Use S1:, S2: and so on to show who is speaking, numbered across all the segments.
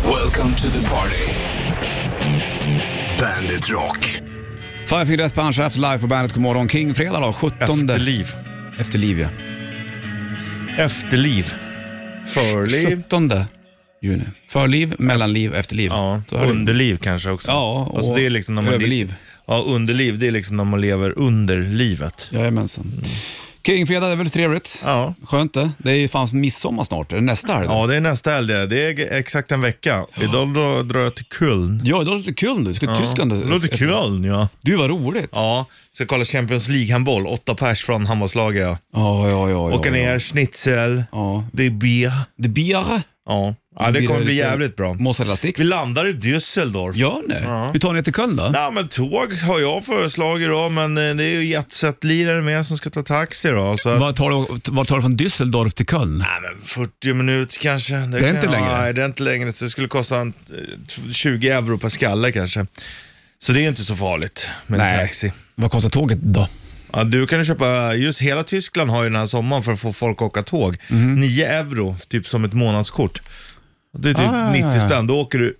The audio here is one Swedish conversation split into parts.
S1: Welcome to the party. Bandit Rock.
S2: Five Finger Death Punch After Life på bandet. God morgon. King fredag då, 17.
S3: Efterliv.
S2: Efterliv, ja.
S3: Efterliv. Förliv.
S2: 17 juni. Förliv, mellanliv, efterliv.
S3: Ja,
S2: Så har du-
S3: underliv kanske också.
S2: Ja, och
S3: alltså det är liksom när man
S2: överliv.
S3: Ja, underliv, det är liksom när man lever under livet.
S2: Jajamensan. Kingfredag, det är väldigt trevligt.
S3: Ja.
S2: Skönt det. Det är ju fan midsommar snart, är det nästa helg?
S3: Ja, det är nästa helg det. Det är exakt en vecka. Idag drar drar jag till Köln.
S2: Ja, då är det kul nu. Ska till
S3: Ja.
S2: Tyskland.
S3: Då till Köln, ja.
S2: Du, vad roligt.
S3: Ja, ska kolla Champions League-handboll. Åtta pers från handbollslaget. Ja.
S2: ja, ja. ja,
S3: Åka
S2: ja,
S3: ner,
S2: Ja.
S3: schnitzel,
S2: Ja.
S3: det är bier.
S2: Det blir...
S3: Ja. ja, det kommer bli jävligt bra.
S2: Mozzarella sticks.
S3: Vi landar i Düsseldorf.
S2: Gör ni? Vi tar ner till Köln då?
S3: Nej men tåg har jag föreslagit då, men eh, det är ju jetset-lirare med som ska ta taxi då. Så att,
S2: Vad tar, du, vad tar du från Düsseldorf till Köln?
S3: Nej men 40 minuter kanske. Det,
S2: är inte längre.
S3: Nej, det är inte längre. Så det skulle kosta en, eh, 20 euro per skalle kanske. Så det är ju inte så farligt med en taxi.
S2: Vad kostar tåget då?
S3: Ja, du kan ju köpa, just hela Tyskland har ju den här sommaren för att få folk att åka tåg.
S2: Mhm.
S3: 9 euro, typ som ett månadskort. Det är typ
S2: Ah.
S3: 90 spänn, då åker du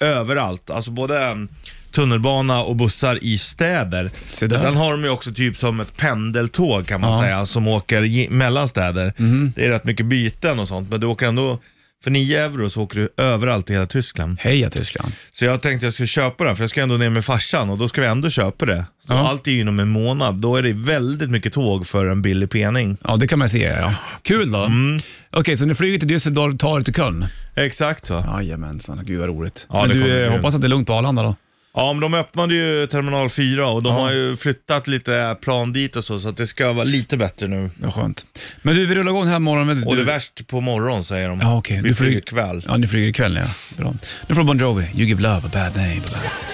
S3: överallt. Alltså både mm, tunnelbana och bussar i städer.
S2: Se där.
S3: Sen har de ju också typ som ett pendeltåg kan man säga, som åker ge- mellan städer.
S2: Mhm.
S3: Det är rätt mycket byten och sånt, men du åker ändå, för 9 euro så åker du överallt i hela Tyskland.
S2: Heja Tyskland.
S3: Så jag tänkte jag skulle köpa den, för jag ska ändå ner med farsan och då ska vi ändå köpa det. Så
S2: Ja.
S3: Allt är ju inom en månad, då är det väldigt mycket tåg för en billig pening.
S2: Ja, det kan man se. Ja. Kul då.
S3: Mm.
S2: Okej, så ni flyger till Düsseldorf tar er till Köln?
S3: Exakt så. Ja.
S2: Jajamensan, gud vad roligt.
S3: Ja,
S2: Men
S3: det kommer
S2: du,
S3: bli
S2: eh,
S3: grymt.
S2: hoppas att det är lugnt på Arlanda då?
S3: men de öppnade ju terminal 4 och de
S2: Ja.
S3: har ju flyttat lite plan dit och så, så att det ska vara lite bättre nu.
S2: Ja, skönt. Men du, vi rullar igång den här morgonen. Med,
S3: Och det
S2: du,
S3: är värst på morgon säger de.
S2: Ja, okej.
S3: Vi
S2: Du flyger-
S3: flyger kväll.
S2: Ja, ni flyger ikväll ja. Bra. Nu får Bon Jovi, You Give Love a Bad Name på bandet.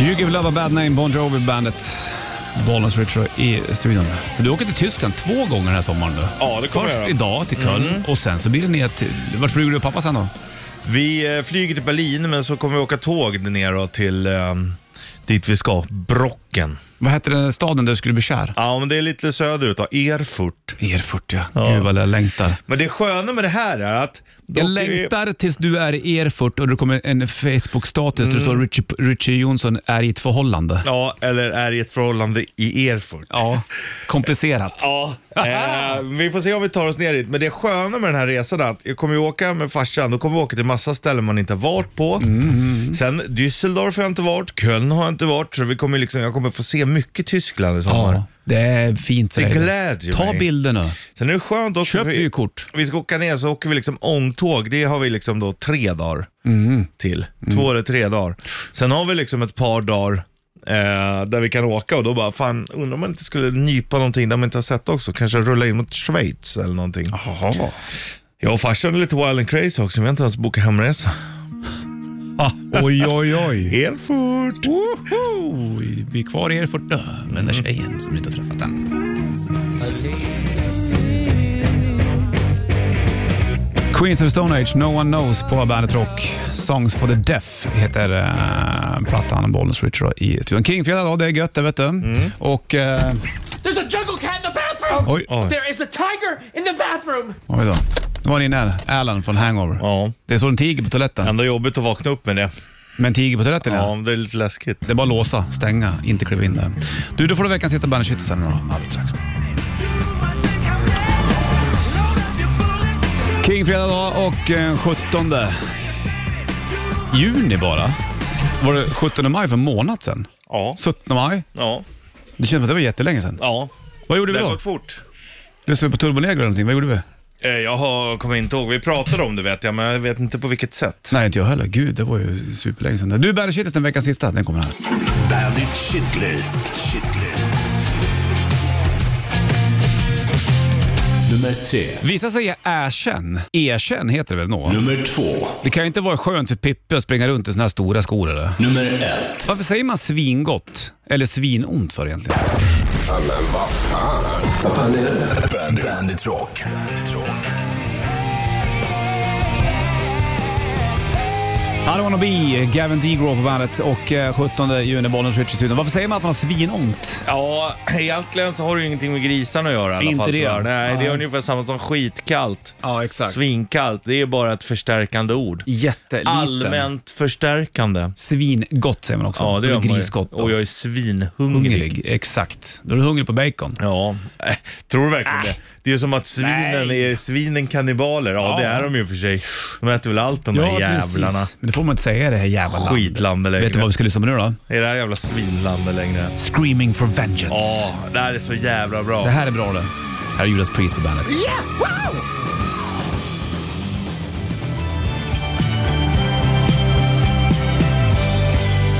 S2: You Give Love a Bad Name, Bon Jovi på bandet. Bollnäs Retro i studion. Så du åker till Tyskland två gånger den här sommaren nu.
S3: Ja, det kommer
S2: Först
S3: jag göra. Mm.
S2: idag till Köln och sen så blir det ner till... Vart flyger du och pappa sen då?
S3: Vi eh, flyger till Berlin men så kommer vi åka tåg ner då till eh, dit vi ska, Brocken.
S2: Vad hette den där staden där du skulle bli kär?
S3: Ja men det är lite söderut då, Erfurt.
S2: Erfurt ja. Gud vad jag längtar.
S3: Men det sköna med det här är att...
S2: Jag
S3: dock är-
S2: längtar tills du är i Erfurt och det kommer en Facebook-status
S3: Mm.
S2: där det står Richie, Richie Jonsson är i ett förhållande.
S3: Ja, eller är i ett förhållande i Erfurt.
S2: Ja, komplicerat.
S3: Ja, eh, vi får se om vi tar oss ner dit. Men det sköna med den här resan är att jag kommer ju åka med farsan, då kommer vi åka till massa ställen man inte har varit på.
S2: Mm.
S3: Sen Düsseldorf har jag inte varit, Köln har jag inte varit, så vi kommer ju liksom, jag kommer få se mycket Tyskland i sommar.
S2: Ja, det är fint för
S3: Det
S2: dig.
S3: glädjer
S2: Ta
S3: mig.
S2: bilder nu.
S3: Sen är det skönt också,
S2: Köp
S3: för vi,
S2: vykort.
S3: vi ska åka ner så åker vi liksom ångtåg, det har vi liksom då tre dagar till. Två eller tre dagar. Sen har vi liksom ett par dagar Eh, där vi kan åka och då bara, fan undrar om man inte skulle nypa någonting där man inte har sett också. Kanske rulla in mot Schweiz eller någonting.
S2: Jaha.
S3: Jag och farsan är lite wild and crazy också, vi har inte ens bokat hemresa.
S2: Ah, oj, oj, oj.
S3: Erfurt!
S2: Woho! Vi är kvar i Erfurt då, med den där tjejen som du inte har träffat än. Queens of Stone Age, No One Knows på bandet Rock. Songs for the Deaf heter eh, plattan. Bollnäs Richard i studion. Kingfredag då, det är gött det vet du.
S3: Mm.
S2: Och... eh,
S4: There's a jungle cat in the bathroom!
S2: oj,
S3: Oj.
S4: There is a tiger in the bathroom!
S2: oj då. Nu var ni inne här. Alan från Hangover.
S3: Ja,
S2: Det är så en tiger på toaletten.
S3: ändå jobbigt att vakna upp med det.
S2: Men tiger på toaletten
S3: Ja,
S2: ja.
S3: det är lite läskigt.
S2: Det är bara att låsa, stänga, inte kliva in där. Du, då får du veckans sista bandet sen då, alldeles strax. King fredag dag och eh, 17 juni bara. Var det 17 maj för en månad sedan?
S3: Ja,
S2: 17 maj?
S3: ja,
S2: Det känns som att det var jättelänge sedan.
S3: ja.
S2: Vad gjorde
S3: Det
S2: vi
S3: har
S2: då?
S3: gått fort.
S2: Lyssnade vi på Turbo Negro eller någonting? Vad gjorde vi?
S3: Eh, Jag har, kommer inte ihåg, vi pratade om det vet jag, men jag vet inte på vilket sätt.
S2: Nej, inte jag heller. Gud, det var ju superlänge sedan. Du, Bandet Shitlist, den veckans sista. Den kommer här.
S1: Bandit Shitlist. Shitlist. Nummer tre.
S2: Vissa säger erkänn. Erkänn heter det väl nå?
S1: Nummer två.
S2: Det kan ju inte vara skönt för Pippi att springa runt i såna här stora skor eller?
S1: Nummer ett.
S2: Varför säger man svingott eller svinont för egentligen?
S1: Vad fan är det? Bandit, Bandit Rock. Bandit Rock.
S2: I don't wanna be, Gavin DeGraw på bandet och eh, 17 juni, Bollnäs Richard studion. Varför säger man att man har svinont?
S3: Ja, egentligen så har det ju ingenting med grisarna att göra i alla
S2: Inte
S3: fall.
S2: det.
S3: tyvärr. Nej, det
S2: Nej.
S3: är ungefär samma som skitkallt.
S2: Ja, exakt.
S3: Svinkallt, det är bara ett förstärkande ord.
S2: Jätteliten.
S3: Allmänt förstärkande.
S2: Svingott säger man också.
S3: Ja, det
S2: Eller
S3: gör man ju.
S2: Grisgott. då.
S3: Och jag är svinhungrig.
S2: Hungrig, exakt. Då är du hungrig på bacon.
S3: Ja, äh, tror du verkligen det? Det är som att svinen
S2: Nej.
S3: är svinen kannibaler. Ja,
S2: Ja.
S3: det är de ju för sig. De äter väl allt de där jävlarna.
S2: Men det får man inte säga i det här jävla landet.
S3: Skitlandet längre.
S2: Vet du vad vi ska lyssna på nu då?
S3: Är det här jävla svinlandet längre?
S2: Screaming for vengeance.
S3: Ja, det här är så jävla bra.
S2: Det här är bra det. Här är Judas Priest på bandet.
S4: Yeah! Wow!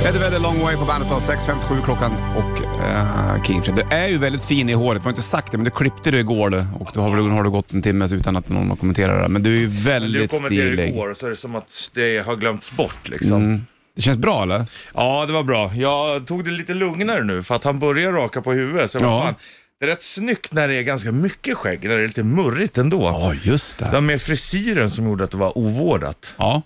S2: Eddie Vedder, Long Way på bandet, då. 6.57 klockan och eh, King Fred. Du är ju väldigt fin i håret, vi har inte sagt det, men du klippte det igår du. och då har, väl- har du gått en timme utan att någon har kommenterat det. Men du är ju
S3: Du
S2: väldigt
S3: kommer till
S2: stilig. Mm.
S3: igår och så är det som att det har glömts bort liksom.
S2: Det känns bra eller?
S3: Ja, det var bra. Jag tog det lite lugnare nu för att han börjar raka på huvudet. Så jag bara,
S2: Ja.
S3: fan, det är rätt snyggt när det är ganska mycket skägg, när det är lite murrigt ändå.
S2: Ja, just
S3: Det var
S2: det.
S3: med frisyren som gjorde att det var ovårdat.
S2: Ja.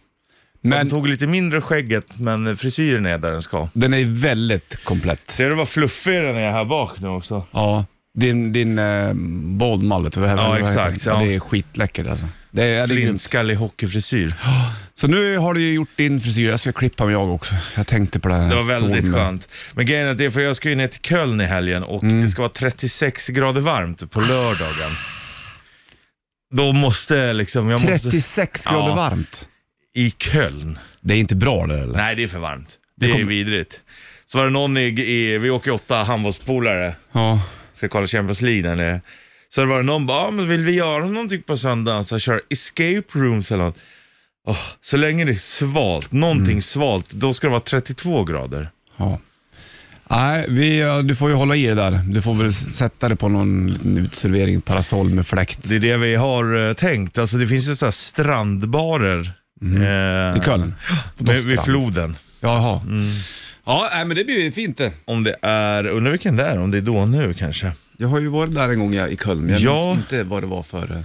S3: Men... Han
S2: Men
S3: tog lite mindre skägget, men frisyren är där den ska.
S2: den är väldigt komplett.
S3: Ser du vad fluffig den är här bak nu också?
S2: Ja. Din, din eh, bald mullet, vad- vad- vad heter
S3: exakt,
S2: det? Ja.
S3: ja.
S2: Det är skitläckert alltså. Det är, det är grymt.
S3: Flintskallig hockeyfrisyr.
S2: Så nu har du ju gjort din frisyr, jag ska klippa mig jag också. Jag tänkte på det här.
S3: Det var väldigt
S2: Solmen.
S3: skönt. Men grejen är att det är för jag ska ju ner till Köln i helgen och
S2: Mm.
S3: det ska vara 36 grader varmt på lördagen. Då måste jag liksom, jag måste...
S2: 36 grader
S3: Ja.
S2: varmt.
S3: I Köln.
S2: Det är inte bra det eller?
S3: Nej, det är för varmt. Det, är
S2: kommer-
S3: vidrigt. Så var det någon i, i vi åker ju åtta handbollspolare,
S2: Ja.
S3: ska kolla Champions League där nere. Så det var det någon bara, ah, men vill vi göra någonting typ på söndagen? Så här, kör escape rooms eller något. Åh, så länge det är svalt, någonting
S2: Mm.
S3: svalt, då ska det vara 32 grader.
S2: ja. Nej, vi, ja, du får ju hålla i det där. Du får väl sätta det på någon liten utservering, parasoll med fläkt.
S3: Det är det vi har eh, tänkt. Alltså det finns ju sådana strandbarer. Eh,
S2: Mm. I Köln? På
S3: Vid, vid
S2: Dostrand.
S3: floden.
S2: Jaha.
S3: Mm.
S2: Ja, nej, men det blir ju fint det.
S3: Om det är, undrar vilken det är, om det är då nu kanske.
S2: Jag har ju varit där en gång jag, i Köln, men jag
S3: Ja.
S2: minns inte vad det var för... eh,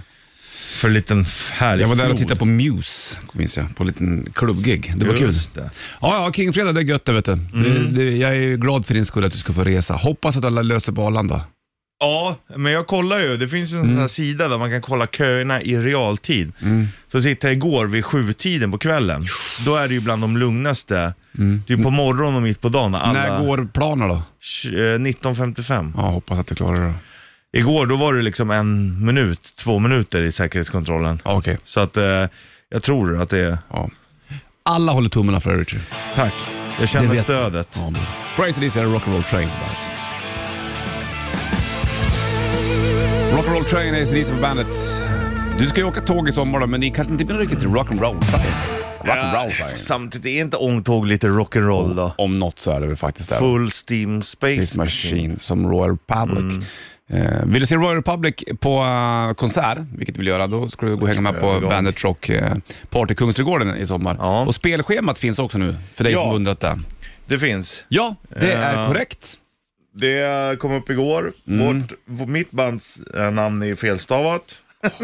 S3: För en liten härlig
S2: Jag var där och
S3: flod.
S2: tittade på Muse, minns jag, på en liten klubbgig. Det var kul.
S3: Just det.
S2: Ja, ja, Kingfredag, det är gött det vet du.
S3: Mm.
S2: Det, det, jag är ju glad för din skull att du ska få resa. Hoppas att alla löser på Arlanda.
S3: Ja, men jag kollar ju. Det finns en sån här sida där man kan kolla köerna i realtid. Så sitter jag igår vid sjutiden på kvällen. Då är det ju bland de lugnaste. Det är ju på morgonen och mitt på dagen. när Alla...
S2: När går planen då?
S3: Tj- eh, 19.55.
S2: Ja, hoppas att du klarar det då.
S3: Igår då var det liksom en minut, två minuter i säkerhetskontrollen.
S2: Ja, okej.
S3: Så att eh, jag tror att det är...
S2: Ja. Alla håller tummarna för dig, Richard.
S3: Tack. Jag känner
S2: vet
S3: stödet.
S2: Ja, bra. Crazy Lizzy är Rock'n'Roll Train på bandet. Rock'n'Roll Train är Lizzy på bandet. Du ska ju åka tåg i sommar då, men ni kanske inte blir riktigt Rock'n'Roll Train? Rock'n'Roll
S3: Ja,
S2: Train.
S3: samtidigt är inte ångtåg lite rock'n'roll då?
S2: Om något så är det väl faktiskt det.
S3: Full steam
S2: Space
S3: space machine.
S2: Oh, Machine som Royal Republic. Eh, vill du se Royal Republic på eh, konsert, vilket du vill göra, då ska du gå och hänga med på
S3: Övergång.
S2: Bandit Rock eh, Party Kungsträdgården i sommar.
S3: Ja.
S2: Och spelschemat finns också nu, för dig
S3: Ja.
S2: som undrat det.
S3: Det finns.
S2: Ja, det är
S3: Ja.
S2: korrekt.
S3: Det kom upp igår. Vårt, v- mitt bands eh, namn är felstavat.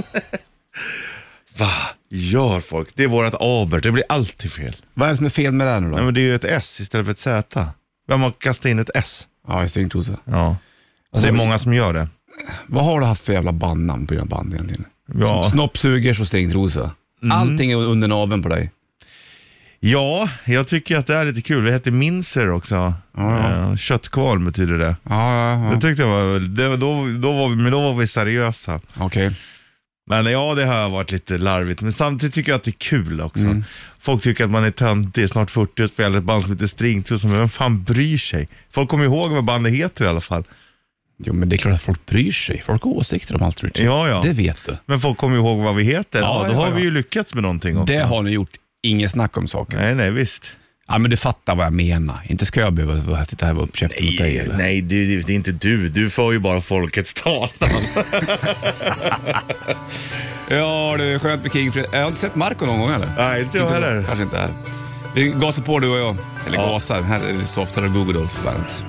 S3: Va gör folk? Det är vårt aber. Det blir alltid fel.
S2: Vad är det som är fel med det här nu
S3: Nej,
S2: då?
S3: men det är ju ett S istället för ett Z. Vem har kastat in ett S?
S2: Ja, just det, inte så.
S3: Ja.
S2: Alltså,
S3: det är många som gör det.
S2: Vad har du haft för jävla bandnamn på dina band egentligen?
S3: Ja.
S2: Snoppsugers och stringtrosa. Allting är under naveln på dig.
S3: ja, jag tycker att det är lite kul. Vi hette Minser också.
S2: ja.
S3: Eh, Köttkvarn betyder det.
S2: Ja, ja,
S3: Det tyckte jag var, det, då, då var vi, men då var vi seriösa.
S2: Okej.
S3: Men ja, det har varit lite larvigt. Men samtidigt tycker jag att det är kul också.
S2: Mm.
S3: Folk tycker att man är töntig, snart 40 och spelar ett band som heter Stringtrosa. Men vem fan bryr sig? Folk kommer ihåg vad bandet heter i alla fall.
S2: Jo, men det är klart att folk bryr sig. Folk har åsikter om allt, Richard.
S3: Ja, ja.
S2: Det vet du.
S3: Men folk kommer ihåg vad vi heter.
S2: Ja,
S3: Ja, då
S2: ja,
S3: har
S2: ja.
S3: vi ju lyckats med någonting också.
S2: Det har ni gjort. Inget snack om saken.
S3: Nej, nej, visst.
S2: Ja, men du fattar vad jag menar. Inte ska jag behöva vara- sitta här och vara uppkäftig mot dig. Eller?
S3: Nej, du, det är inte du. Du för ju bara folkets talan.
S2: Ja, det är skönt med King Fred. Jag har inte sett Marco någon gång eller?
S3: Nej, inte jag heller.
S2: Kanske inte här. Vi gasar på du och jag. Eller
S3: Ja.
S2: gasar. Här är det softare och Google Dolls på bandet.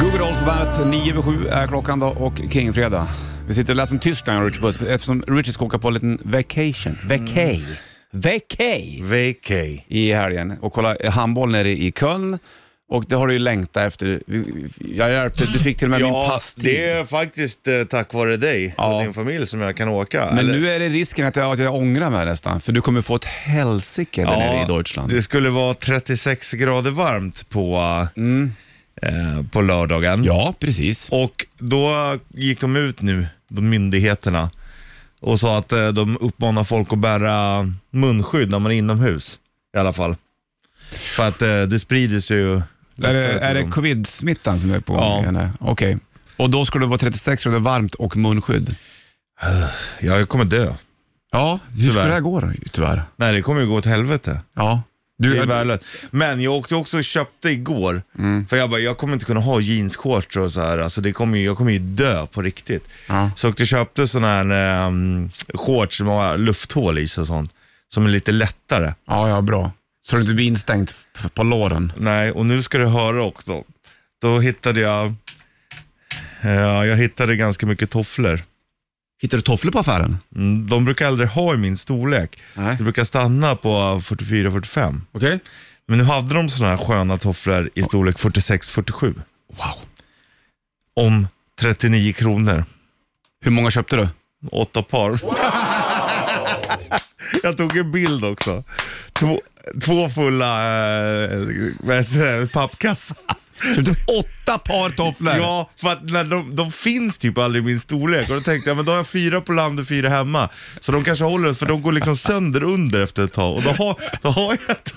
S2: Google Dolls på bandet. 9 över 7 är klockan då och King Fredag. Vi sitter och läser om Tyskland, Richard Puss, eftersom Richard ska åka på en liten vacation. Vacay.
S3: Mm.
S2: Vacay!
S3: VK.
S2: I helgen och kolla handboll nere i Köln. Och det har du ju längtat efter. Vi- Jag hjälpte, du fick till och med min
S3: Ja,
S2: passtid.
S3: det är faktiskt eh, tack vare dig och
S2: Ja.
S3: din familj som jag kan åka.
S2: Men
S3: Eller-
S2: nu är det risken att jag, att jag ångrar mig nästan, för du kommer få ett helsike där nere i Deutschland.
S3: det skulle vara 36 grader varmt på, eh, på lördagen.
S2: Mm. Ja, precis.
S3: Och då gick de ut nu, de myndigheterna, och sa att eh, de uppmanar folk att bära munskydd när man är inomhus. I alla fall. För att eh, det sprider sig ju.
S2: Är det,
S3: lättare
S2: är det
S3: till dem.
S2: covid-smittan som är på
S3: Ja.
S2: gång? Ja. Okej. Och då ska det vara 36 grader varmt och munskydd?
S3: Ja, jag kommer dö.
S2: Ja, hur ska
S3: Tyvärr.
S2: det här gå då? Tyvärr.
S3: Nej, det kommer ju gå åt helvete.
S2: Ja. Mm. Du,
S3: Det är värdelöst. Men jag åkte också och köpte igår, för jag bara, jag kommer inte kunna ha jeansshorts och så här. Alltså det kommer ju, jag kommer ju dö på riktigt.
S2: Ja.
S3: Så jag åkte och köpte sådana här um, shorts som har lufthål i sig och sånt, som är lite lättare.
S2: ja, ja, bra. Så du inte blir instängt f- på låren.
S3: Nej, och nu ska du höra också. Då hittade jag, ja, jag hittade ganska mycket tofflor.
S2: Hittar du tofflor på affären?
S3: Mm, De brukar aldrig ha i min storlek.
S2: Nej.
S3: De brukar stanna på 44-45.
S2: Okej.
S3: Men nu hade de sådana här sköna tofflor i storlek 46-47.
S2: Wow.
S3: om 39 kronor.
S2: Hur många köpte du?
S3: Åtta par. Jag tog en bild också. Två, två fulla eh, vad heter det, pappkassar.
S2: Köpte du Typ åtta par tofflor?
S3: Ja, för att när de, de finns typ aldrig i min storlek. Och då tänkte jag, men då har jag fyra på land och fyra hemma. Så de kanske håller, för de går liksom sönder under efter ett tag. Och då har, då har jag ett.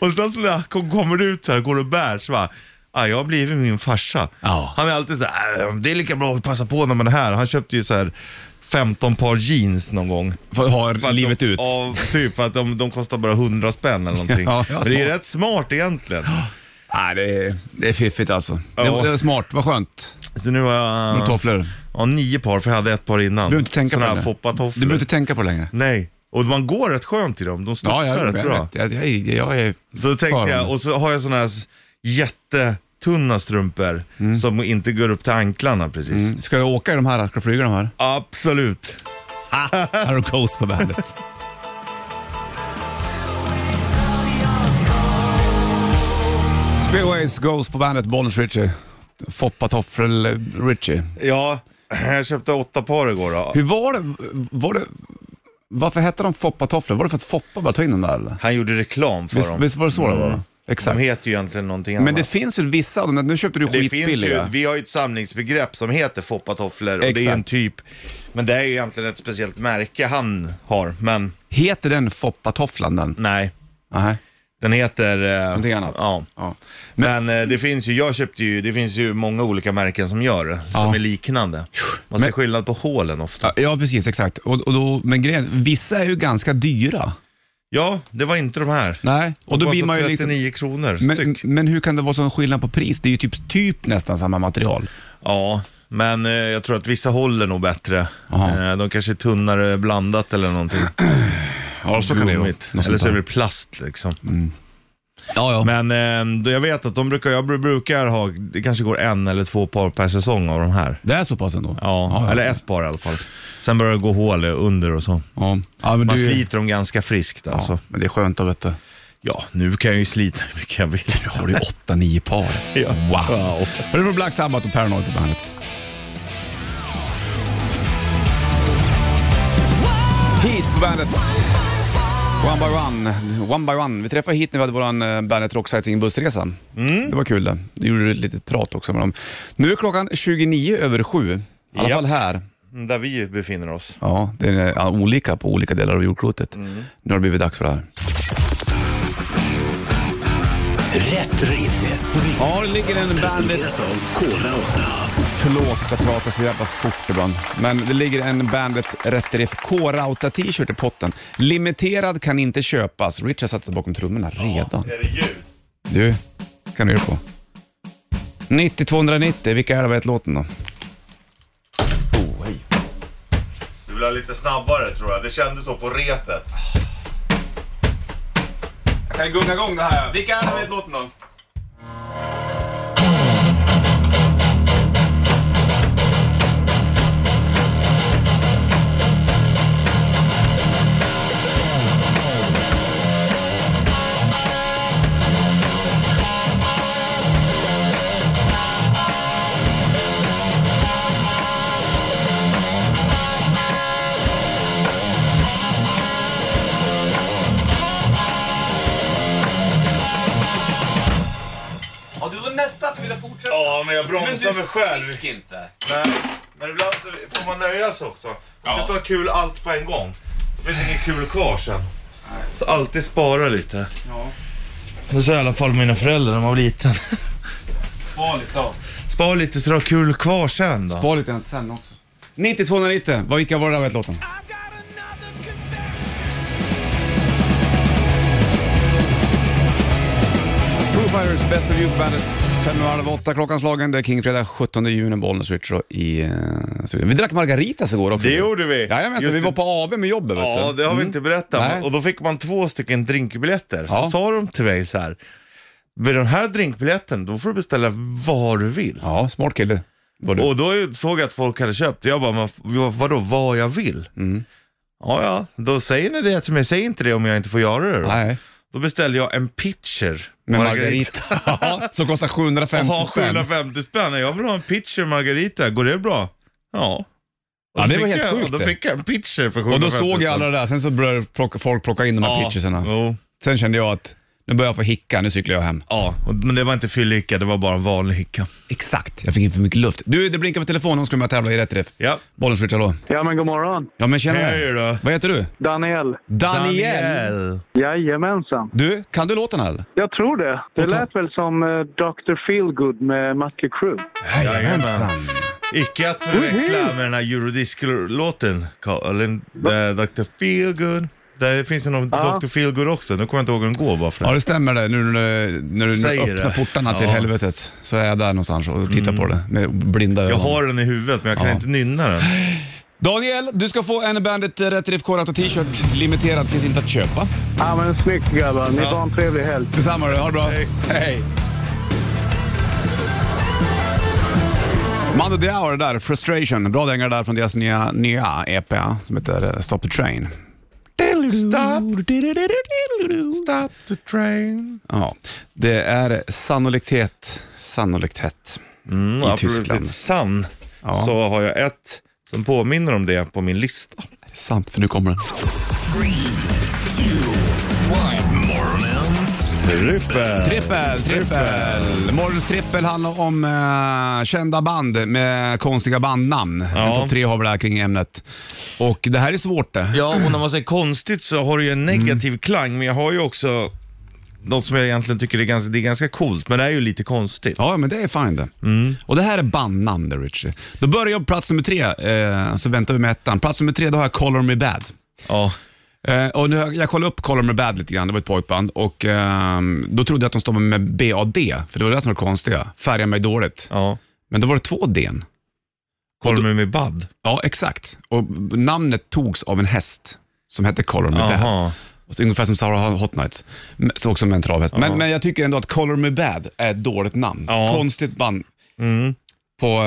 S3: Och sen så när jag kom- kommer det ut så här, går och bär, så bara, ah, jag har blivit min farsa.
S2: Ja.
S3: Han är alltid så här, "Äh, det är lika bra att passa på när man är här. Han köpte ju så här 15 par jeans någon gång.
S2: För- Har
S3: För att
S2: livet
S3: de,
S2: ut.
S3: Ja, typ. För att de, de kostar bara 100 spänn eller någonting.
S2: Ja, ja,
S3: Men det är
S2: smart.
S3: rätt smart egentligen.
S2: Nej, det är, det är fiffigt alltså. Det,
S3: Ja.
S2: det är smart, vad skönt.
S3: Så nu har
S2: Med
S3: jag...
S2: tofflor.
S3: Ja, nio par, för jag hade ett par innan.
S2: Du behöver inte tänka
S3: Såna
S2: på
S3: här
S2: det. Du
S3: foppatofflor.
S2: behöver inte tänka på det längre.
S3: Nej, och man går rätt skönt i dem. De studsar
S2: jag,
S3: rätt
S2: jag,
S3: bra.
S2: vet. jag, jag, jag, jag är...
S3: Så
S2: För
S3: då tänkte
S2: dem.
S3: jag, och så har jag såna här s- jättetunna strumpor
S2: Mm.
S3: som inte går upp till anklarna precis.
S2: Ska jag åka i de här? Ska jag flyga i de här?
S3: Absolut.
S2: Arrow Coast på bandet. Spillways Ghost på bandet, Bollnäs Richie. Foppa Toffel Richie.
S3: Ja, jag köpte åtta par igår då.
S2: Hur var det, var det... Varför hette de Foppa Tofflor? Var det för att Foppa bara tog in dem där eller?
S3: Han gjorde reklam för
S2: Visst,
S3: dem.
S2: visst var det så det var? va?
S3: Mm. De
S2: Exakt.
S3: heter ju egentligen någonting
S2: Men
S3: annat.
S2: det finns väl vissa av dem? Nu köpte du
S3: Det finns ju,
S2: skitbilliga.
S3: vi har ju ett samlingsbegrepp som heter foppatofflor och det är
S2: Exakt.
S3: en typ, men det är ju egentligen ett speciellt märke han har, men
S2: Heter den Foppa Tofflan den?
S3: nej.
S2: Nej.
S3: Den heter... eh,
S2: Någonting annat.
S3: Ja.
S2: Ja.
S3: Men, eh, det finns ju, jag köpte ju, det finns ju många olika märken som gör det, som
S2: Ja.
S3: är liknande. Man ser
S2: Men-
S3: skillnad på hålen ofta.
S2: Ja, Ja, precis. Exakt. Och, och då, men grejen, vissa är ju ganska dyra.
S3: Ja, det var inte de här.
S2: Nej, och
S3: De
S2: då blir
S3: kostar
S2: man ju liksom...
S3: 39 kronor
S2: Men,
S3: styck.
S2: men hur kan det vara sån skillnad på pris? Det är ju typ, typ nästan samma material.
S3: Ja, men eh, jag tror att vissa håller nog bättre.
S2: Jaha.
S3: Eh, de kanske är tunnare blandat eller någonting.
S2: Ja,
S3: Gummigt. Eller så är det plast liksom.
S2: Mm. Ja, ja.
S3: Men eh, då jag vet att de brukar, jag brukar ha, det kanske går en eller två par per säsong av de här.
S2: det är så pass ändå?
S3: Ja, eller ett par i alla fall. Sen börjar det gå hål under och så.
S2: Ja. Ja, men
S3: Man
S2: du,
S3: sliter dem ganska friskt alltså.
S2: Ja,
S3: Ja.
S2: men det är skönt att veta.
S3: nu kan jag ju slita hur mycket jag vill.
S2: Nu har du ju åtta, nio par.
S3: Ja.
S2: Wow.
S3: Wow.
S2: Hörru från Black Sabbath och Paranoid på bandet. Hit på bandet. One by one. One by one. Vi träffade hit när vi hade vår eh, Bandet Rock Sightseeing bussresa. Det var kul det. Det gjorde ett litet prat också med dem. Nu är klockan 29 över sju. I alla
S3: Japp.
S2: fall här.
S3: Där vi befinner oss.
S2: Ja, det är eh, olika på olika delar av jordklotet. Nu har det blivit dags för det här.
S1: Rätt riff. alltså
S2: Ja, det ligger en Bandet
S1: Presenteras av Kola 8.
S2: Förlåt att jag pratar så jävla fort ibland, men det ligger en Bandet Rätt Riff K-Rauta t-shirt i potten. Limiterad kan inte köpas. Richard satte sig bakom trummorna redan.
S3: Är det ljud?
S2: Du, kan du göra på. 90-290, vilka är det? Vad heter låten då?
S3: Du vill ha lite snabbare tror jag. Det kändes så på repet.
S2: Jag kan gunga igång det här. Vilka är det? Vad heter låten då?
S3: Ja, men jag bromsar mig själv.
S5: fick inte.
S3: Nej, men ibland så får man nöja sig också. Man ska inte ha kul allt på en gång. Det finns inget kul kvar sen. Så alltid spara lite. Det sa i alla fall mina föräldrar när man var liten.
S2: Spar lite av.
S3: Spara lite så du har kul kvar sen då.
S2: Spar lite sen också. 9290, vad- vilka var det där med låten? Foo Fighters, Best of You på bandet. Fem och halv åtta, klockan slagen. Det är King Fredag 17 juni, Bollnäs Ritcher i eh, studion. Vi drack margaritas igår också.
S3: Det gjorde vi.
S2: Jajamensan,
S3: Just
S2: vi
S3: det-
S2: var på AB med jobbet vet
S3: Ja,
S2: du.
S3: det har vi
S2: Mm.
S3: inte berättat.
S2: Nej.
S3: Och då fick man två stycken drinkbiljetter. Så
S2: Ja.
S3: sa de till mig så här. Med den här drinkbiljetten, då får du beställa vad du vill.
S2: Ja, smart kille. Var du.
S3: Och då såg jag att folk hade köpt. Jag bara, "Vad- vadå vad jag vill?
S2: Mm.
S3: Ja, ja, då säger ni det till mig. Säg inte det om jag inte får göra det då.
S2: Nej,
S3: Då beställde jag en pitcher
S2: med margarita. Ja, Som kostar 750
S3: Jaha,
S2: spänn.
S3: 750 spänn. Jag vill ha en pitcher margarita. Går det bra? Ja. Och
S2: Ja,
S3: då
S2: det var
S3: fick
S2: helt
S3: jag,
S2: sjukt
S3: och Då
S2: det.
S3: fick jag en pitcher för 750
S2: Och då såg jag alla
S3: spänn.
S2: det där, sen så började plocka, folk plocka in de här
S3: ja.
S2: pitchersarna.
S3: Jo.
S2: Sen kände jag att nu börjar jag få hicka, nu cyklar jag hem.
S3: Ja, och- men det var inte fyllhicka, det var bara en vanlig hicka.
S2: Exakt, jag fick in för mycket luft. Du, det blinkar på telefonen, hon skulle med och tävla i rätt träff.
S3: Ja.
S2: Bollen switch, hallå.
S6: Ja men god morgon.
S2: Ja men tjena.
S3: Hej då.
S2: Vad heter du?
S6: Daniel.
S2: Daniel.
S6: Jajamensan.
S2: Du, kan du låten här eller?
S6: Jag tror det. Det
S2: Och ta-
S6: lät väl som eh, Dr. Feelgood med Mötley Crüe.
S3: Jajamensan. Icke att förväxla med den här eurodisco-låten. Colin, the Dr. Feelgood. Det finns ju någon
S6: Ja.
S3: Dr. Feelgood också. Nu kommer jag inte ihåg hur den går bara för
S2: Ja
S3: det.
S2: det stämmer det. Nu när du, när du
S3: Säger
S2: öppnar
S3: det.
S2: portarna till
S3: Ja. Mm.
S2: helvetet så är jag där någonstans och tittar på det med blinda
S3: Jag
S2: ögon.
S3: har den i huvudet men jag kan
S2: Ja.
S3: inte nynna den.
S2: Daniel, du ska få en Bandit eh, Rätt Riff Korat och t-shirt. Limiterad, finns inte att köpa.
S6: Ja men snyggt grabbar. Ni
S3: Ja.
S6: var en trevlig helg.
S2: Detsamma du, ha det bra.
S3: Hej.
S2: Hej. Mando Diao det där, Frustration. Bra dängare där från deras nya, nya EP som heter eh, Stop the Train.
S3: Stop. Stop the train.
S2: Ja, det är sannolikhet, sannolikhet.
S3: Mm,
S2: Tyskland.
S3: Absolut sann.
S2: Ja.
S3: Så har jag ett som påminner om det på min lista.
S2: Är det sant? För nu kommer den.
S3: Trippel.
S2: Trippel, trippel. Morgons trippel handlar om eh, kända band med konstiga bandnamn. En topp tre har vi där kring ämnet. Och det här är svårt det.
S3: Ja, och när man säger konstigt så har det ju en negativ klang, men jag har ju också något som jag egentligen tycker är ganska, det är ganska coolt, men det är ju lite konstigt.
S2: Ja, men det är fine det. Och det här är bandnamn det, Richie. Då börjar jag på plats nummer tre, eh, så väntar vi med ettan. Plats nummer tre, då har jag Color Me Bad.
S3: Ja.
S2: Eh, och nu, har jag- jag kollade upp Color Me Bad lite grann, det var ett pojkband. Och ehm, då trodde jag att de stod med BAD, för det var det som var det konstiga. Färga mig dåligt.
S3: ja.
S2: Men då var det två D'n.
S3: Kollar du med bad?
S2: Ja, exakt. Och namnet togs av en häst som hette Color Me Bad.
S3: Jaha.
S2: Och så Ungefär som Sarah Hot Nights, Men- så också med en travhäst. Men, men jag tycker ändå att Color Me Bad är ett dåligt namn.
S3: Ja. Mm.
S2: Konstigt band. På, eh,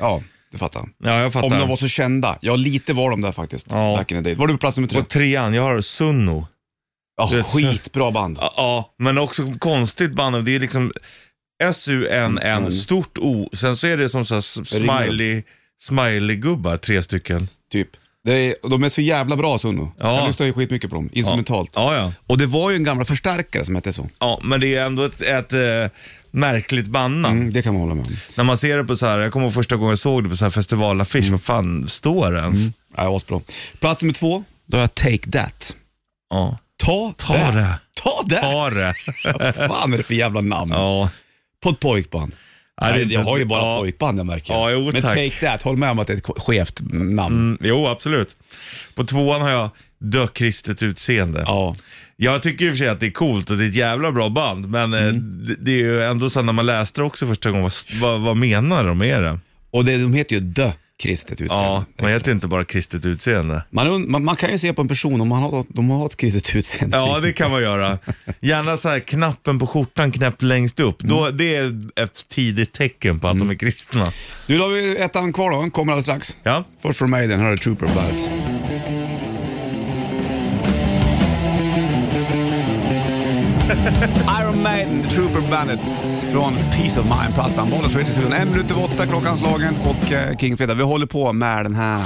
S2: ja, du fattar.
S3: Ja, jag fattar.
S2: Om de var så kända. Ja, lite var de där faktiskt.
S3: Ja.
S2: Back in the day. Var du på plats nummer tre?
S3: På trean, jag har Sunno.
S2: Ja,
S3: det-
S2: skitbra band.
S3: Ja, men också konstigt band. Det är liksom S-U-N-N, stort O. Sen så är det som så här s-
S2: Ringer.
S3: smiley, smiley-gubbar, tre stycken.
S2: Typ. Det är, de är så jävla bra Sunno.
S3: Ja.
S2: Jag lyssnar ju skitmycket på dem, instrumentalt.
S3: Ja, ja.
S2: Och det var ju en gammal förstärkare som hette så.
S3: ja men det är ändå ett, ett eh, märkligt bandnamn.
S2: Mm, det kan man hålla med om.
S3: När man ser det på så här, jag kommer ihåg första gången jag såg det på så här festivalaffisch,
S2: Mm.
S3: vad fan står det ens?
S2: Ja, asbra. Plats nummer två, då har jag Take That.
S3: Ja.
S2: Ta,
S3: Ta
S2: that.
S3: det.
S2: Ta det!
S3: Har det.
S2: Vad fan är det för jävla namn?
S3: ja.
S2: På ett pojkband.
S3: det är
S2: Nej,
S3: inte-
S2: jag har ju bara
S3: ja.
S2: pojkband jag märker.
S3: Ja, jo,
S2: Men
S3: tack.
S2: Take That, håll med om att det är ett skevt namn.
S3: Mm, jo, absolut. På tvåan har jag Dö kristet utseende.
S2: Ja.
S3: Jag tycker i och för sig att det är coolt och det är ett jävla bra band, men eh,
S2: Mm.
S3: det, det är ju ändå så när man läste det också första gången, vad, vad, vad menar de med det?
S2: Och det, de heter ju The Kristet utseende.
S3: Ja, man
S2: Exakt.
S3: heter inte bara kristet utseende.
S2: Man, und- man, man kan ju se på en person om man har, de har ett kristet utseende.
S3: Ja, det kan man göra. Gärna så här knappen på skjortan knäppt längst upp. Då,
S2: Mm.
S3: det är ett tidigt tecken på att de är kristna.
S2: Du, då har vi ettan kvar då. Kommer alldeles strax.
S3: Ja.
S2: Först från Maiden, här är Trooper på bandet. Iron Maiden, The Trooper Bandet från Peace of Mind-plattan. Bollen slår inte studion. En minut över åtta, klockan slagen och eh, King Fredag. Vi håller på med den här.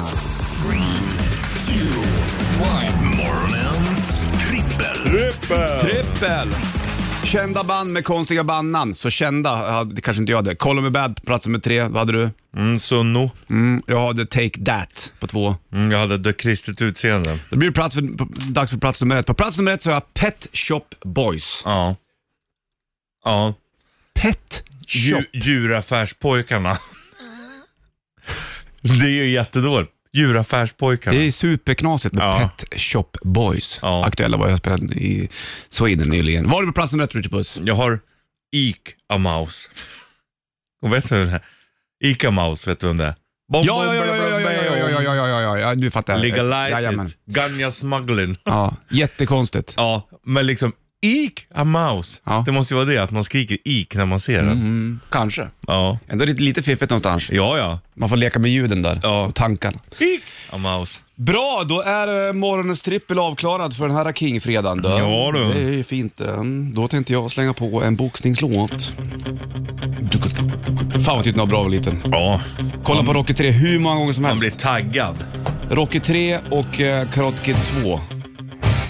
S1: Morgonens trippel.
S3: Trippel!
S2: Trippel! Kända band med konstiga bandnamn. Så kända hade kanske inte jag det. Call Me Bad på plats nummer tre. Vad hade du?
S3: Mm, Sunno.
S2: Mm, jag hade Take That på två.
S3: Mm, jag hade ett kristet utseende.
S2: Då blir det plats för, p- dags för plats nummer ett. På plats nummer ett så har jag Pet Shop Boys.
S3: Ja. Ja.
S2: Pet Shop.
S3: Dju- djuraffärspojkarna. det är ju jättedåligt. Djuraffärspojkarna.
S2: Det är superknasigt med
S3: Ja.
S2: Pet Shop Boys.
S3: Ja.
S2: Aktuella var jag spelade i Sweden nyligen. Var du på plats nummer ett, Richard Puss?
S3: Jag har Ica Mouse. Och vet du vem det är? Ica Mouse, vet du vem det är? Bom,
S2: Ja,
S3: bom,
S2: ja, ja, ja, ja, ja, ja, ja, ja, ja, ja, ja, ja, du fattar.
S3: Legalize
S2: Jajamän.
S3: it. Ganja smuggling.
S2: Ja, jättekonstigt.
S3: Ja, men liksom Ica Mouse.
S2: Ja.
S3: Det måste ju vara det, att man skriker ik när man ser den.
S2: Mm, kanske.
S3: Ja,
S2: Ändå lite, lite fiffigt någonstans.
S3: ja, ja.
S2: Man får leka med ljuden där
S3: Ja.
S2: och tankarna.
S3: Ica Mouse.
S2: Bra, då är eh, morgonens trippel avklarad för den här King-fredagen. då.
S3: Ja, du.
S2: Det är ju fint. eh. Då tänkte jag slänga på en boxningslåt. Fan vad tyckte den var bra var liten.
S3: Ja,
S2: Kolla på Rocky 3 hur många gånger som
S3: man
S2: helst.
S3: blir taggad.
S2: Rocky 3 och eh, Karate Kid 2.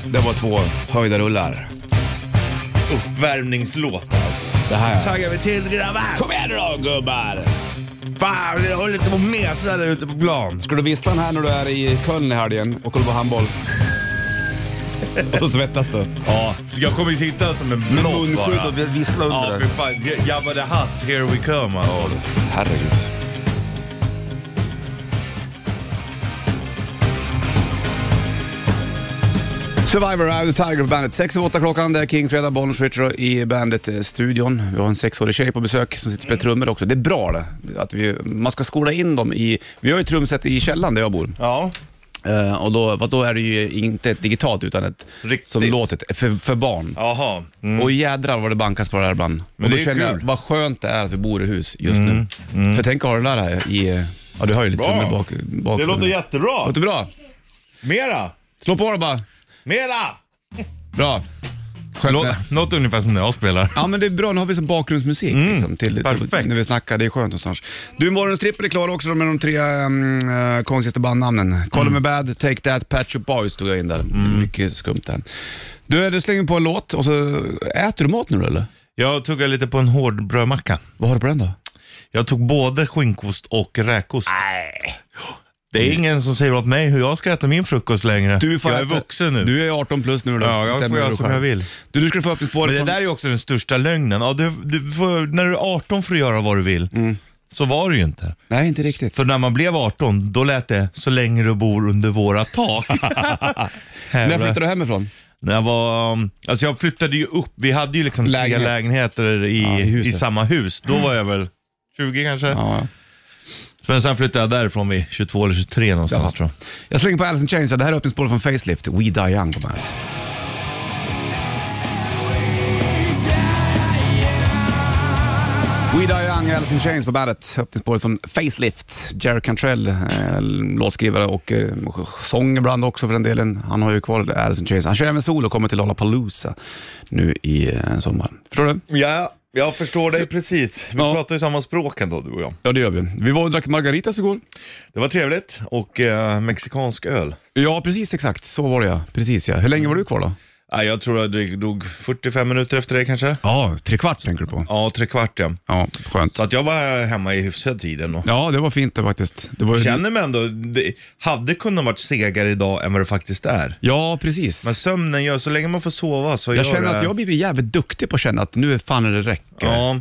S2: Det var två höjdarullar.
S3: Uppvärmningslåt. alltså.
S2: Det här.
S3: Taggar vi till grabbar!
S2: Kom igen då gubbar!
S3: Fan, jag håller inte på att mesa där ute på plan.
S2: Ska du vissla den här när du är i Köln i helgen och kollar på handboll? Och så svettas du.
S3: Ja, så jag kommer ju sitta som en block bara.
S2: vissla
S3: Ja, för fan. J- Jabba the Hutt, here we come. alltså.
S2: Herregud. Survivor Eye of the Tiger på bandet. 6 och 8 klockan, det är King, Fredag, Bollnäs, Richard i bandet-studion. Vi har en sexårig tjej på besök som sitter och spelar trummor också. Det är bra det. Att vi, man ska skola in dem i... Vi har ju trumset i källaren där jag bor.
S3: Ja.
S2: Eh, och då, vad då är det ju inte ett digitalt utan ett
S3: Riktigt.
S2: som låter för, för barn.
S3: Jaha. Mm.
S2: Och jädrar vad det bankas på det här ibland. och då
S3: det är
S2: känner jag,
S3: kul. Mm.
S2: vad skönt det är att vi bor i hus just nu. För tänk att ha det där här i... Ja, du hör ju lite
S3: Bra.
S2: trummor bak, bak.
S3: Det låter jättebra.
S2: Låter bra.
S3: Mera!
S2: Slå på det bara.
S3: Mera!
S2: Bra. Skönt det.
S3: Lå- Något ungefär som när jag spelar.
S2: Ja men det är bra, nu har vi som bakgrundsmusik liksom, till, till
S3: Mm. perfekt.
S2: när vi snackar, det är skönt någonstans. Du, morgonens trippel är klar också med de tre um, uh, konstigaste bandnamnen. Call
S3: Mm.
S2: Me Bad, Take That, Patch Up Boys tog jag in där. Mycket skumt där. Du, du slänger på en låt och så äter du mat nu eller?
S3: Jag tuggar lite på en hård brödmacka.
S2: Vad har du på den då?
S3: Jag tog både skinkost och räkost. Nej. Det är ingen som säger åt mig hur jag ska äta min frukost längre. jag är
S2: äta-
S3: vuxen nu.
S2: Du är 18 plus nu då.
S3: Ja, jag
S2: Bestämmer
S3: får göra
S2: du
S3: som
S2: själv.
S3: jag vill.
S2: Du, du skulle få upp ett spår
S3: Men det
S2: från...
S3: där är ju också den största lögnen. Ja, du, du får, när du är 18 får du göra vad du vill.
S2: Mm.
S3: Så var det ju inte.
S2: Nej, inte riktigt.
S3: För när man blev 18, då lät det så länge du bor under våra tak.
S2: När flyttade du hemifrån?
S3: När jag var, um, alltså jag flyttade ju upp, vi hade ju liksom
S2: Lägenhet.
S3: tre lägenheter i,
S2: i
S3: i,
S2: huset.
S3: samma hus. Då var jag väl 20 kanske.
S2: Ja, ja.
S3: Men sen flyttade jag därifrån vid 22 eller 23 någonstans
S2: Ja.
S3: tror jag.
S2: Jag slänger på Alice in Chains, det här är öppningsspåret från Facelift, We Die Young på bandet. We Die Young, Alice in Chains på bandet. Öppningsspåret från Facelift. Jerry Cantrell, eh, låtskrivare och eh, sång ibland också för den delen. Han har ju kvar Alice in Chains. Han kör även solo och kommer till Lollapalooza nu i eh, sommar. Förstår du?
S3: Ja, jag förstår dig precis. Vi
S2: Ja.
S3: pratar ju samma språk ändå du och jag.
S2: Ja, det gör vi. Vi var och drack margaritas igår.
S3: Det var trevligt och eh, mexikansk öl.
S2: Ja, precis exakt. Så var det ja. Precis ja. Hur länge var du kvar då?
S3: Ja, jag tror jag drog- drog 45 minuter efter det kanske.
S2: Ja, tre kvart tänker du på.
S3: Ja, tre kvart ja.
S2: Ja, skönt.
S3: Så att jag var hemma i hyfsad tid ändå.
S2: Ja, det var fint det faktiskt. Det var ju...
S3: Känner mig ändå, det hade kunnat varit segare idag än vad det faktiskt är.
S2: Ja, precis.
S3: Men sömnen gör, så länge man får sova så gör
S2: jag känner
S3: det.
S2: att jag har blivit jävligt duktig på att känna att nu är fan när det räcker.
S3: Ja.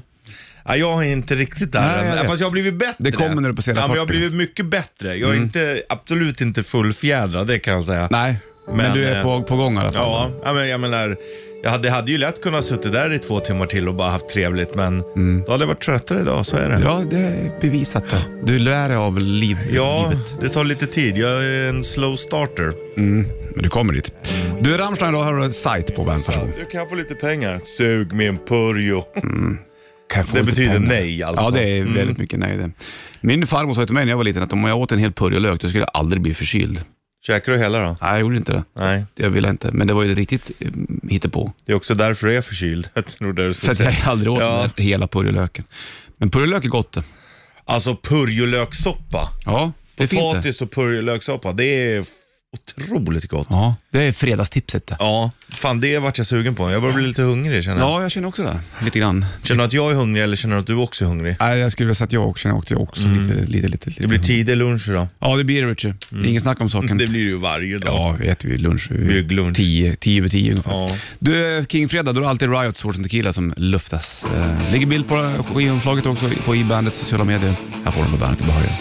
S3: Ja, jag är inte riktigt där
S2: Nej, jag
S3: än.
S2: vet.
S3: Fast jag har blivit bättre.
S2: Det kommer när du passerar Mm.
S3: ja, men Jag har
S2: 40.
S3: blivit mycket bättre. Jag är inte, absolut inte fullfjädrad, det kan jag säga.
S2: Nej, men,
S3: Men,
S2: du är
S3: eh,
S2: på, på gång i alla fall.
S3: Ja, ja, men jag menar, jag hade, hade ju lätt kunnat suttit där i två timmar till och bara haft trevligt, men då hade jag varit tröttare idag, så är det.
S2: Mm. Ja, det är bevisat det. Du lär dig av liv,
S3: Ja,
S2: livet.
S3: det tar lite tid. Jag är en slow starter.
S2: Men du kommer dit. Du, är Rammstein, då har du en sajt på bandet. Kan
S3: Du kan få lite pengar. Sug min purjo.
S2: jag få
S3: Det
S2: lite
S3: betyder
S2: pengar?
S3: nej, alltså.
S2: Ja, det är väldigt mycket nej det. Min farmor sa till mig när jag var liten att om jag åt en hel purjolök då skulle jag aldrig bli förkyld.
S3: Käkar du hela då?
S2: Nej, jag gjorde inte det.
S3: Nej,
S2: Jag ville inte, men det var ju riktigt eh, hittepå.
S3: det är också därför jag är förkyld. Jag tror det du
S2: För
S3: skulle
S2: att jag
S3: säga.
S2: aldrig åt
S3: Ja.
S2: den där hela purjolöken. Men purjolök är gott det.
S3: Alltså purjolökssoppa.
S2: Ja, det är fint det.
S3: Potatis och purjolökssoppa, det är f- otroligt gott. Ja,
S2: Ja, det är fredagstipset det.
S3: fan det vart jag sugen på. Jag börjar bli lite hungrig känner jag.
S2: Ja, jag känner också det. Lite grann.
S3: Känner du att jag är hungrig eller känner du att du också är hungrig?
S2: Nej, jag skulle vilja säga att jag också känner också, jag också lite, lite, lite, lite.
S3: Det blir Mm. tidig lunch idag.
S2: Ja, det blir det Richie. Det är ingen snack om saken.
S3: Mm. Det blir ju varje dag.
S2: Ja, vi äter ju lunch. vid
S3: Bygglunch.
S2: Tio, tio över tio ungefär.
S3: Ja.
S2: Du, Kingfredag, då är det alltid Riot Swords and Tequila som luftas. Eh, Lägger bild på skivomslaget också på e-bandets sociala medier. Här får de på bandet, det behöver jag.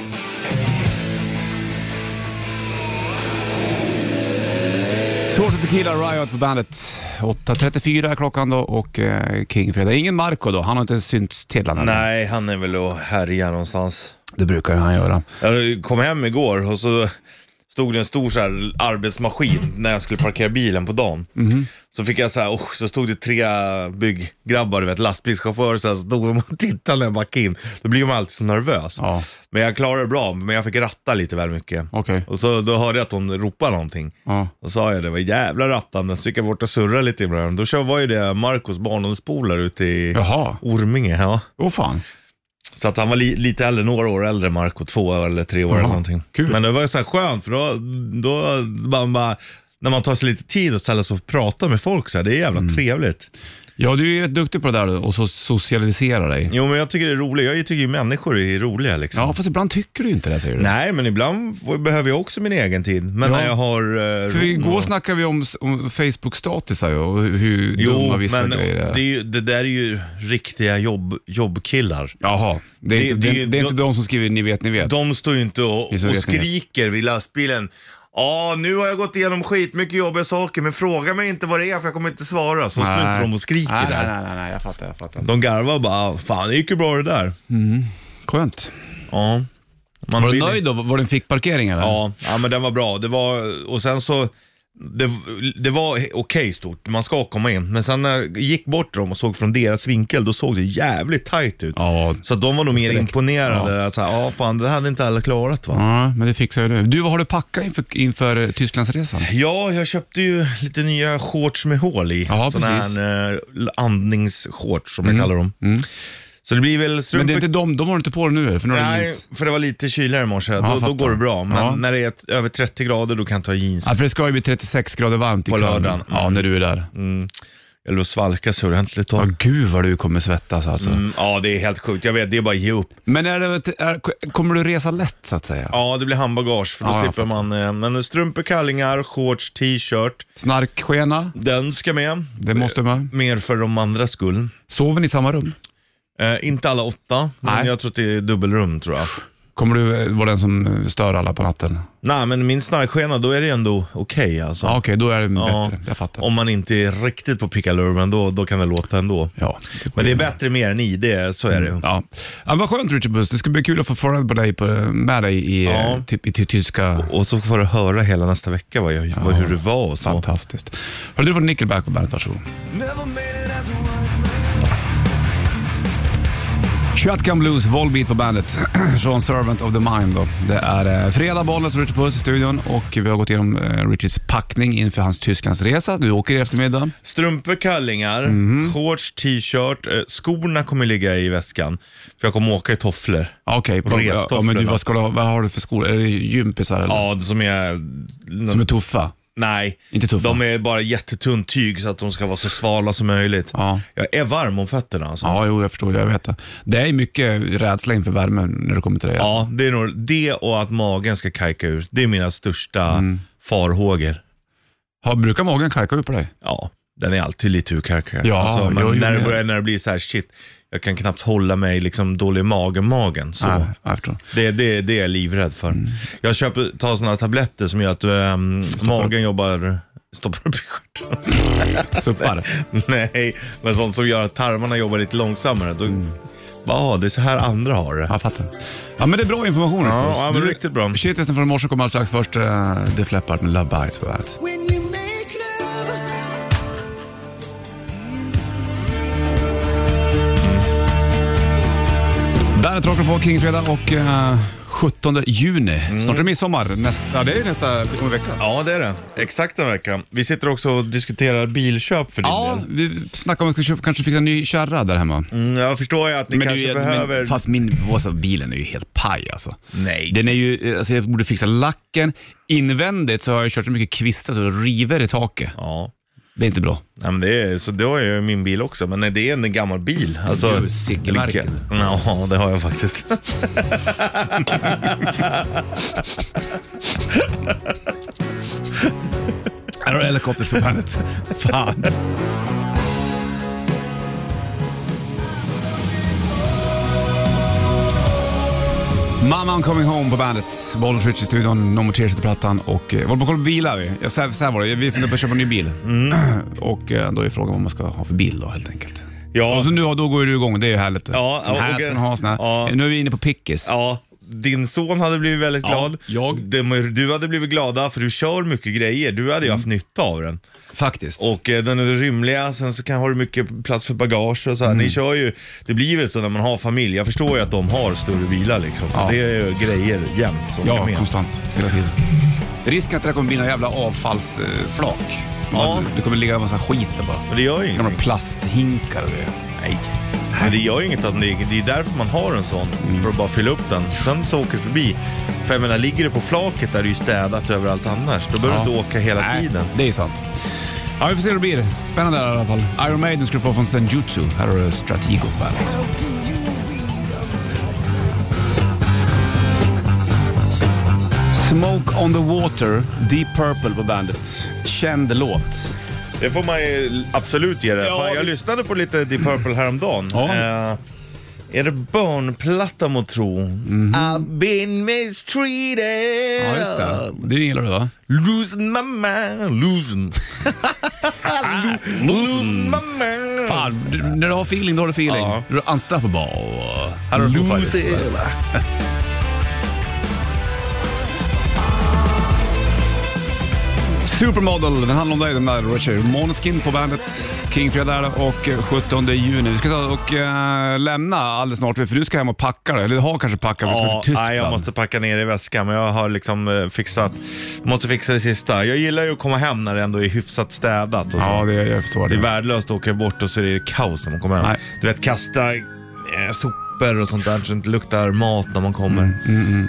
S2: Swords and Tequila, Riot på bandet. 8.34 är klockan då och eh, Kingfredag. Ingen Marco då, han har inte synts till än. eller?
S3: Nej, han är väl och härjar någonstans.
S2: Det brukar ju han göra.
S3: Jag kom hem igår och så stod det en stor så här arbetsmaskin när jag skulle parkera bilen på dagen. Så fick jag så här, oh, så stod det tre bygggrabbar, du vet lastbilschaufförer, så här, så stod de och tittade när jag backade in. Då blir man alltid så nervös.
S2: Ja.
S3: Men jag klarade det bra, men jag fick ratta lite väl mycket.
S2: Okej.
S3: Och så då hörde jag att hon ropade någonting.
S2: Ja.
S3: Då sa jag det, var jävla rattande, så gick jag bort och surrade lite i början. Då kör- var ju det Marcos barndomspolare ute i
S2: Jaha,
S3: Orminge. Ja.
S2: åh fan.
S3: Så att han var li- lite äldre, några år äldre än Marco, två eller tre år eller någonting.
S2: kul.
S3: Men det var ju så här skönt för då, då man bara, när man tar sig lite tid och ställer sig och pratar med folk så här, det är jävla
S2: Mm.
S3: trevligt.
S2: Ja, du är ju rätt duktig på det där då, och så socialisera dig.
S3: Jo men jag tycker det är roligt, jag tycker ju människor är roliga liksom.
S2: Ja, fast ibland tycker du inte det säger du.
S3: Nej men ibland får- behöver jag också min egen tid. Men
S2: Ja.
S3: när jag har... Eh,
S2: För
S3: ro
S2: igår
S3: och-
S2: snackade vi om, om Facebook-statusar ju, och hur
S3: Jo,
S2: dumma vissa
S3: men
S2: grejer är.
S3: det, är ju, det där är ju riktiga jobb, jobbkillar.
S2: Jaha, det är,
S3: det-
S2: inte,
S3: det är
S2: det,
S3: ju-
S2: är inte
S3: då-
S2: de som skriver ni vet, ni vet.
S3: De står ju inte och,
S2: I
S3: och
S2: Sovjetunionen.
S3: skriker vid lastbilen. Ja, nu har jag gått igenom skitmycket jobbiga saker, men fråga mig inte vad det är för jag kommer inte svara. Så står inte de och skriker
S2: nej,
S3: där.
S2: Nej, nej, nej, nej, jag fattar, jag fattar.
S3: De garvar bara, "Ah, fan det gick ju bra det där.
S2: Skönt.
S3: Ja. Man
S2: Var du
S3: vill-
S2: nöjd då? Var det en fickparkering eller?
S3: Ja, ja, men den var bra. Det var, och sen så, det, det var okej stort, man ska komma in. Men sen när jag gick bort dem och såg från deras vinkel, då såg det jävligt tajt ut.
S2: Ja.
S3: Så att de var nog mer
S2: Direkt.
S3: imponerade. Ja. Att, så här, ja, fan det hade inte alla klarat va.
S2: Ja, men det fixar ju du. Du, vad har du packat inför, inför eh, Tysklandsresan?
S3: Ja, jag köpte ju lite nya shorts med hål i.
S2: Ja,
S3: Såna
S2: precis. Mm.
S3: här eh, andningsshorts som jag kallar dem. Så det blir väl
S2: Men
S3: strumpor
S2: det är inte de, de har du inte på dig nu för nu har du
S3: Nej,
S2: jeans.
S3: för det var lite kyligare i morse. då,
S2: fattar.
S3: då går det bra. Men
S2: Ja.
S3: när det är ett- över 30 grader då kan jag ta jeans.
S2: Ja, för det ska ju bli 36 grader varmt i
S3: På
S2: Köln.
S3: lördagen. Mm.
S2: Ja, när du är där.
S3: Eller att svalkas ordentligt.
S2: Ja,
S3: då.
S2: gud vad du kommer svettas alltså.
S3: Mm, ja, det är helt sjukt. Jag vet, det är bara att ge upp.
S2: Men är det, är, kommer du resa lätt så att säga?
S3: Ja, det blir handbagage för då
S2: Ja, jag
S3: slipper man. eh, Men strumpor, kallingar, shorts, t-shirt.
S2: Snarkskena,
S3: Den ska med.
S2: det måste man.
S3: Mer för de andra skull.
S2: Sover ni i samma rum?
S3: Eh, inte alla åtta, men
S2: Nej.
S3: jag tror att det är dubbelrum tror jag.
S2: Kommer du eh, vara den som eh, stör alla på natten?
S3: Nej, men min snarkskena, då är det ändå okej alltså.
S2: Ja, Okej, då är det
S3: Ja.
S2: bättre. Jag fattar.
S3: Om man inte är riktigt på pickalurven, då, då kan det låta ändå.
S2: Ja,
S3: Men det är bättre mer än i, det, så är det.
S2: Ja. ja, vad skönt Richard Buss. Det ska bli kul att få föra på dig på, med dig i,
S3: Ja.
S2: ja. typ, i ty, tyska...
S3: Och så får du höra hela nästa vecka vad jag, vad, hur det var och så.
S2: Fantastiskt. Hörde du från Nickelback på bandet, varsågod. 21 Blues, Volbeat på bandet från Servant of the Mind. Då. Det är eh, fredag, Bollnäs och Richard Puss i studion och vi har gått igenom eh, Richards packning inför hans Tysklandsresa. Du åker i eftermiddag.
S3: Strumpor, kallingar,
S2: Mm.
S3: shorts, t-shirt. Eh, skorna kommer ligga i väskan. För jag kommer åka i tofflor.
S2: Ja, Okej,
S3: Och
S2: ja, ja, men du,
S3: restofflorna.
S2: vad, ska du, ha- vad har du för skor? Är det gympisar eller?
S3: Ja, som är...
S2: Som är tuffa?
S3: Nej,
S2: Inte tuffa.
S3: de är bara jättetunt tyg så att de ska vara så svala som möjligt.
S2: Ja.
S3: Jag är varm om fötterna alltså.
S2: Ja, jo, jag förstår. Jag vet det. Det är mycket rädsla inför värmen när det kommer till det.
S3: Ja, det är nog det och att magen ska kajka ur. Det är mina största
S2: Mm.
S3: farhågor.
S2: Har, brukar magen kajka upp på dig?
S3: Ja, den är alltid lite urkalkad.
S2: Ja,
S3: alltså, men
S2: jo, jo,
S3: när, det
S2: men-
S3: börjar, när det blir så här, shit, jag kan knappt hålla mig liksom dålig i magen, magen. Så.
S2: Ja, jag förstår.
S3: Det, det, det är jag livrädd för.
S2: Mm.
S3: Jag köper, tar sådana tabletter som gör att ehm, magen jobbar, stoppar upp i stjärten.
S2: Suppar.
S3: Nej, men sånt som gör att tarmarna jobbar lite långsammare. Då, Ja, det är så här andra har
S2: Mm.
S3: det.
S2: Ja, jag fattar. Ja, men det är bra information.
S3: Ja,
S2: Rasmus.
S3: ja, men
S2: Du,
S3: riktigt bra.
S2: Shitlisten från morse kommer alldeles strax. Först uh, Def Leppard med Love Bites på bandet. Bandet rockar på Kingfredag och eh, 17 juni. Snart är det midsommar. Nästa, ja, det är ju nästa om en vecka.
S3: Mm. Ja, det är det. Exakt en vecka. Vi sitter också och diskuterar bilköp för din
S2: Ja,
S3: del.
S2: vi snackade om att vi kanske- kanske fixa en ny kärra där hemma.
S3: Mm, jag förstår ju att ni kanske
S2: du,
S3: behöver...
S2: men fast min Vasa, bilen är ju helt paj alltså.
S3: Nej.
S2: Den är ju, alltså jag borde fixa lacken. Invändigt så har jag kört så mycket kvistar så det river i taket.
S3: Ja.
S2: Det är inte bra.
S3: Nej, men det är, så det har jag ju min bil också, men nej, det är en gammal bil. Alltså,
S2: Du har ju sickelmärken.
S3: lika- Ja, det har jag faktiskt.
S2: Här har du helikopters på bandet. Fan. Mamma I'm coming home på bandet. Bollnäs Rich i studion, No Tears heter plattan och eh, vi håller på att kolla på bilar. Vi. Ja, Så här, så här var det, vi funderar på att köpa en ny bil. Och eh, då är frågan vad man ska ha för bil då helt enkelt. Och
S3: Ja,
S2: så nu, då går ju du igång, det är ju härligt.
S3: Ja,
S2: sån här
S3: och-
S2: ska man ha, sån här.
S3: ja.
S2: Nu är vi inne på pickis.
S3: ja, din son hade blivit väldigt
S2: Ja,
S3: glad.
S2: jag.
S3: De- Du hade blivit glada för du kör mycket grejer. Du hade ju
S2: Mm.
S3: haft nytta av den.
S2: Faktiskt.
S3: Och eh, den är rymliga, sen så kan, har du mycket plats för bagage och så här.
S2: Mm.
S3: Ni kör ju, det blir väl så när man har familj. Jag förstår ju att de har större bilar liksom.
S2: Ja.
S3: Det är ju grejer jämt som ska
S2: Ja,
S3: med.
S2: konstant. Hela tiden. Risken att det där kommer bli några jävla avfallsflak.
S3: Ja.
S2: Det kommer ligga en massa skit där bara.
S3: Men det gör ju
S2: Gamla
S3: ingenting.
S2: plasthinkar och det.
S3: Nej. Men det gör ju inget att det, det är därför man har en sån.
S2: Mm.
S3: För att bara fylla upp den. Sen så åker det förbi. För jag menar, ligger det på flaket där det är ju städat överallt annars. Då behöver
S2: Ja.
S3: du inte åka hela
S2: Nej,
S3: tiden.
S2: det är sant. Ja, vi får se hur det blir. Spännande i alla fall. Iron Maiden skulle få från Senjutsu. Här har du Stratego på bandet. Smoke on the Water, Deep Purple på bandet. Känd låt.
S3: Det får man ju absolut ge det.
S2: Ja,
S3: Fan, jag
S2: visst.
S3: lyssnade på lite Deep Purple häromdagen.
S2: Ja.
S3: Eh, är det Burn-platta må tro? I've been mistreated.
S2: Mhm. Ja, just det. Det gillar du va?
S3: Losing my mind, losing. losing my mind.
S2: Fan, du, när du har feeling, då har du feeling.
S3: Ja.
S2: Du är unstoppable. Här har du Foo
S3: Lose
S2: Fighters.
S3: it.
S2: Supermodel, den handlar om dig den där Richard. Måneskin på bandet. Kingfredag där och eh, 17 juni. Vi ska ta och eh, lämna alldeles snart för du ska hem och packa dig. Eller du har kanske packat för du ska
S3: Ja,
S2: till Tyskland.
S3: nej, jag måste packa ner i väskan men jag har liksom eh, fixat, måste fixa det sista. Jag gillar ju att komma hem när det ändå är hyfsat städat och så.
S2: Ja, det, jag förstår
S3: Det är
S2: det.
S3: värdelöst att åka bort och så är det kaos när man kommer hem.
S2: Nej.
S3: Du vet, kasta eh, sopor och sånt där så det inte luktar mat när man kommer.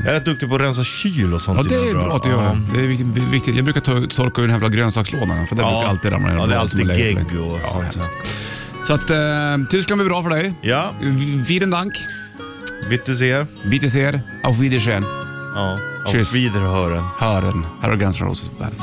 S3: Jag är rätt duktig på att rensa kyl och sånt.
S2: Mm, Ja, det
S3: innan
S2: är bra
S3: jag drar.
S2: att du gör det. Det är viktigt- viktigt. Jag brukar to- torka ur den här jävla grönsakslådan för den
S3: Ja.
S2: brukar alltid ramla ner.
S3: Ja, det är
S2: Som
S3: alltid
S2: lägger sig.
S3: gegg och
S2: ja,
S3: sånt.
S2: hemskt. Så att eh, Tyskland blir bra för dig.
S3: Ja,
S2: Vielen Dank.
S3: bitte ser.
S2: Bitte sehr. Auf Wiedersehen.
S3: Ja,
S2: Kyss.
S3: och Wiederhören.
S2: Hören. Här har Guns N' Roses på bandet.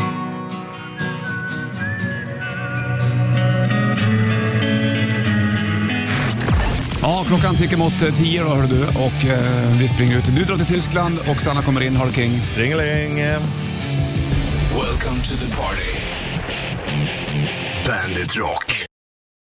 S2: Ja, klockan tickar mot eh, tio då, hör du. Och eh, vi springer ut. Du drar till Tyskland och Sanna kommer in, har det king.
S3: Stringeling.
S1: Welcome to the party. Bandit Rock.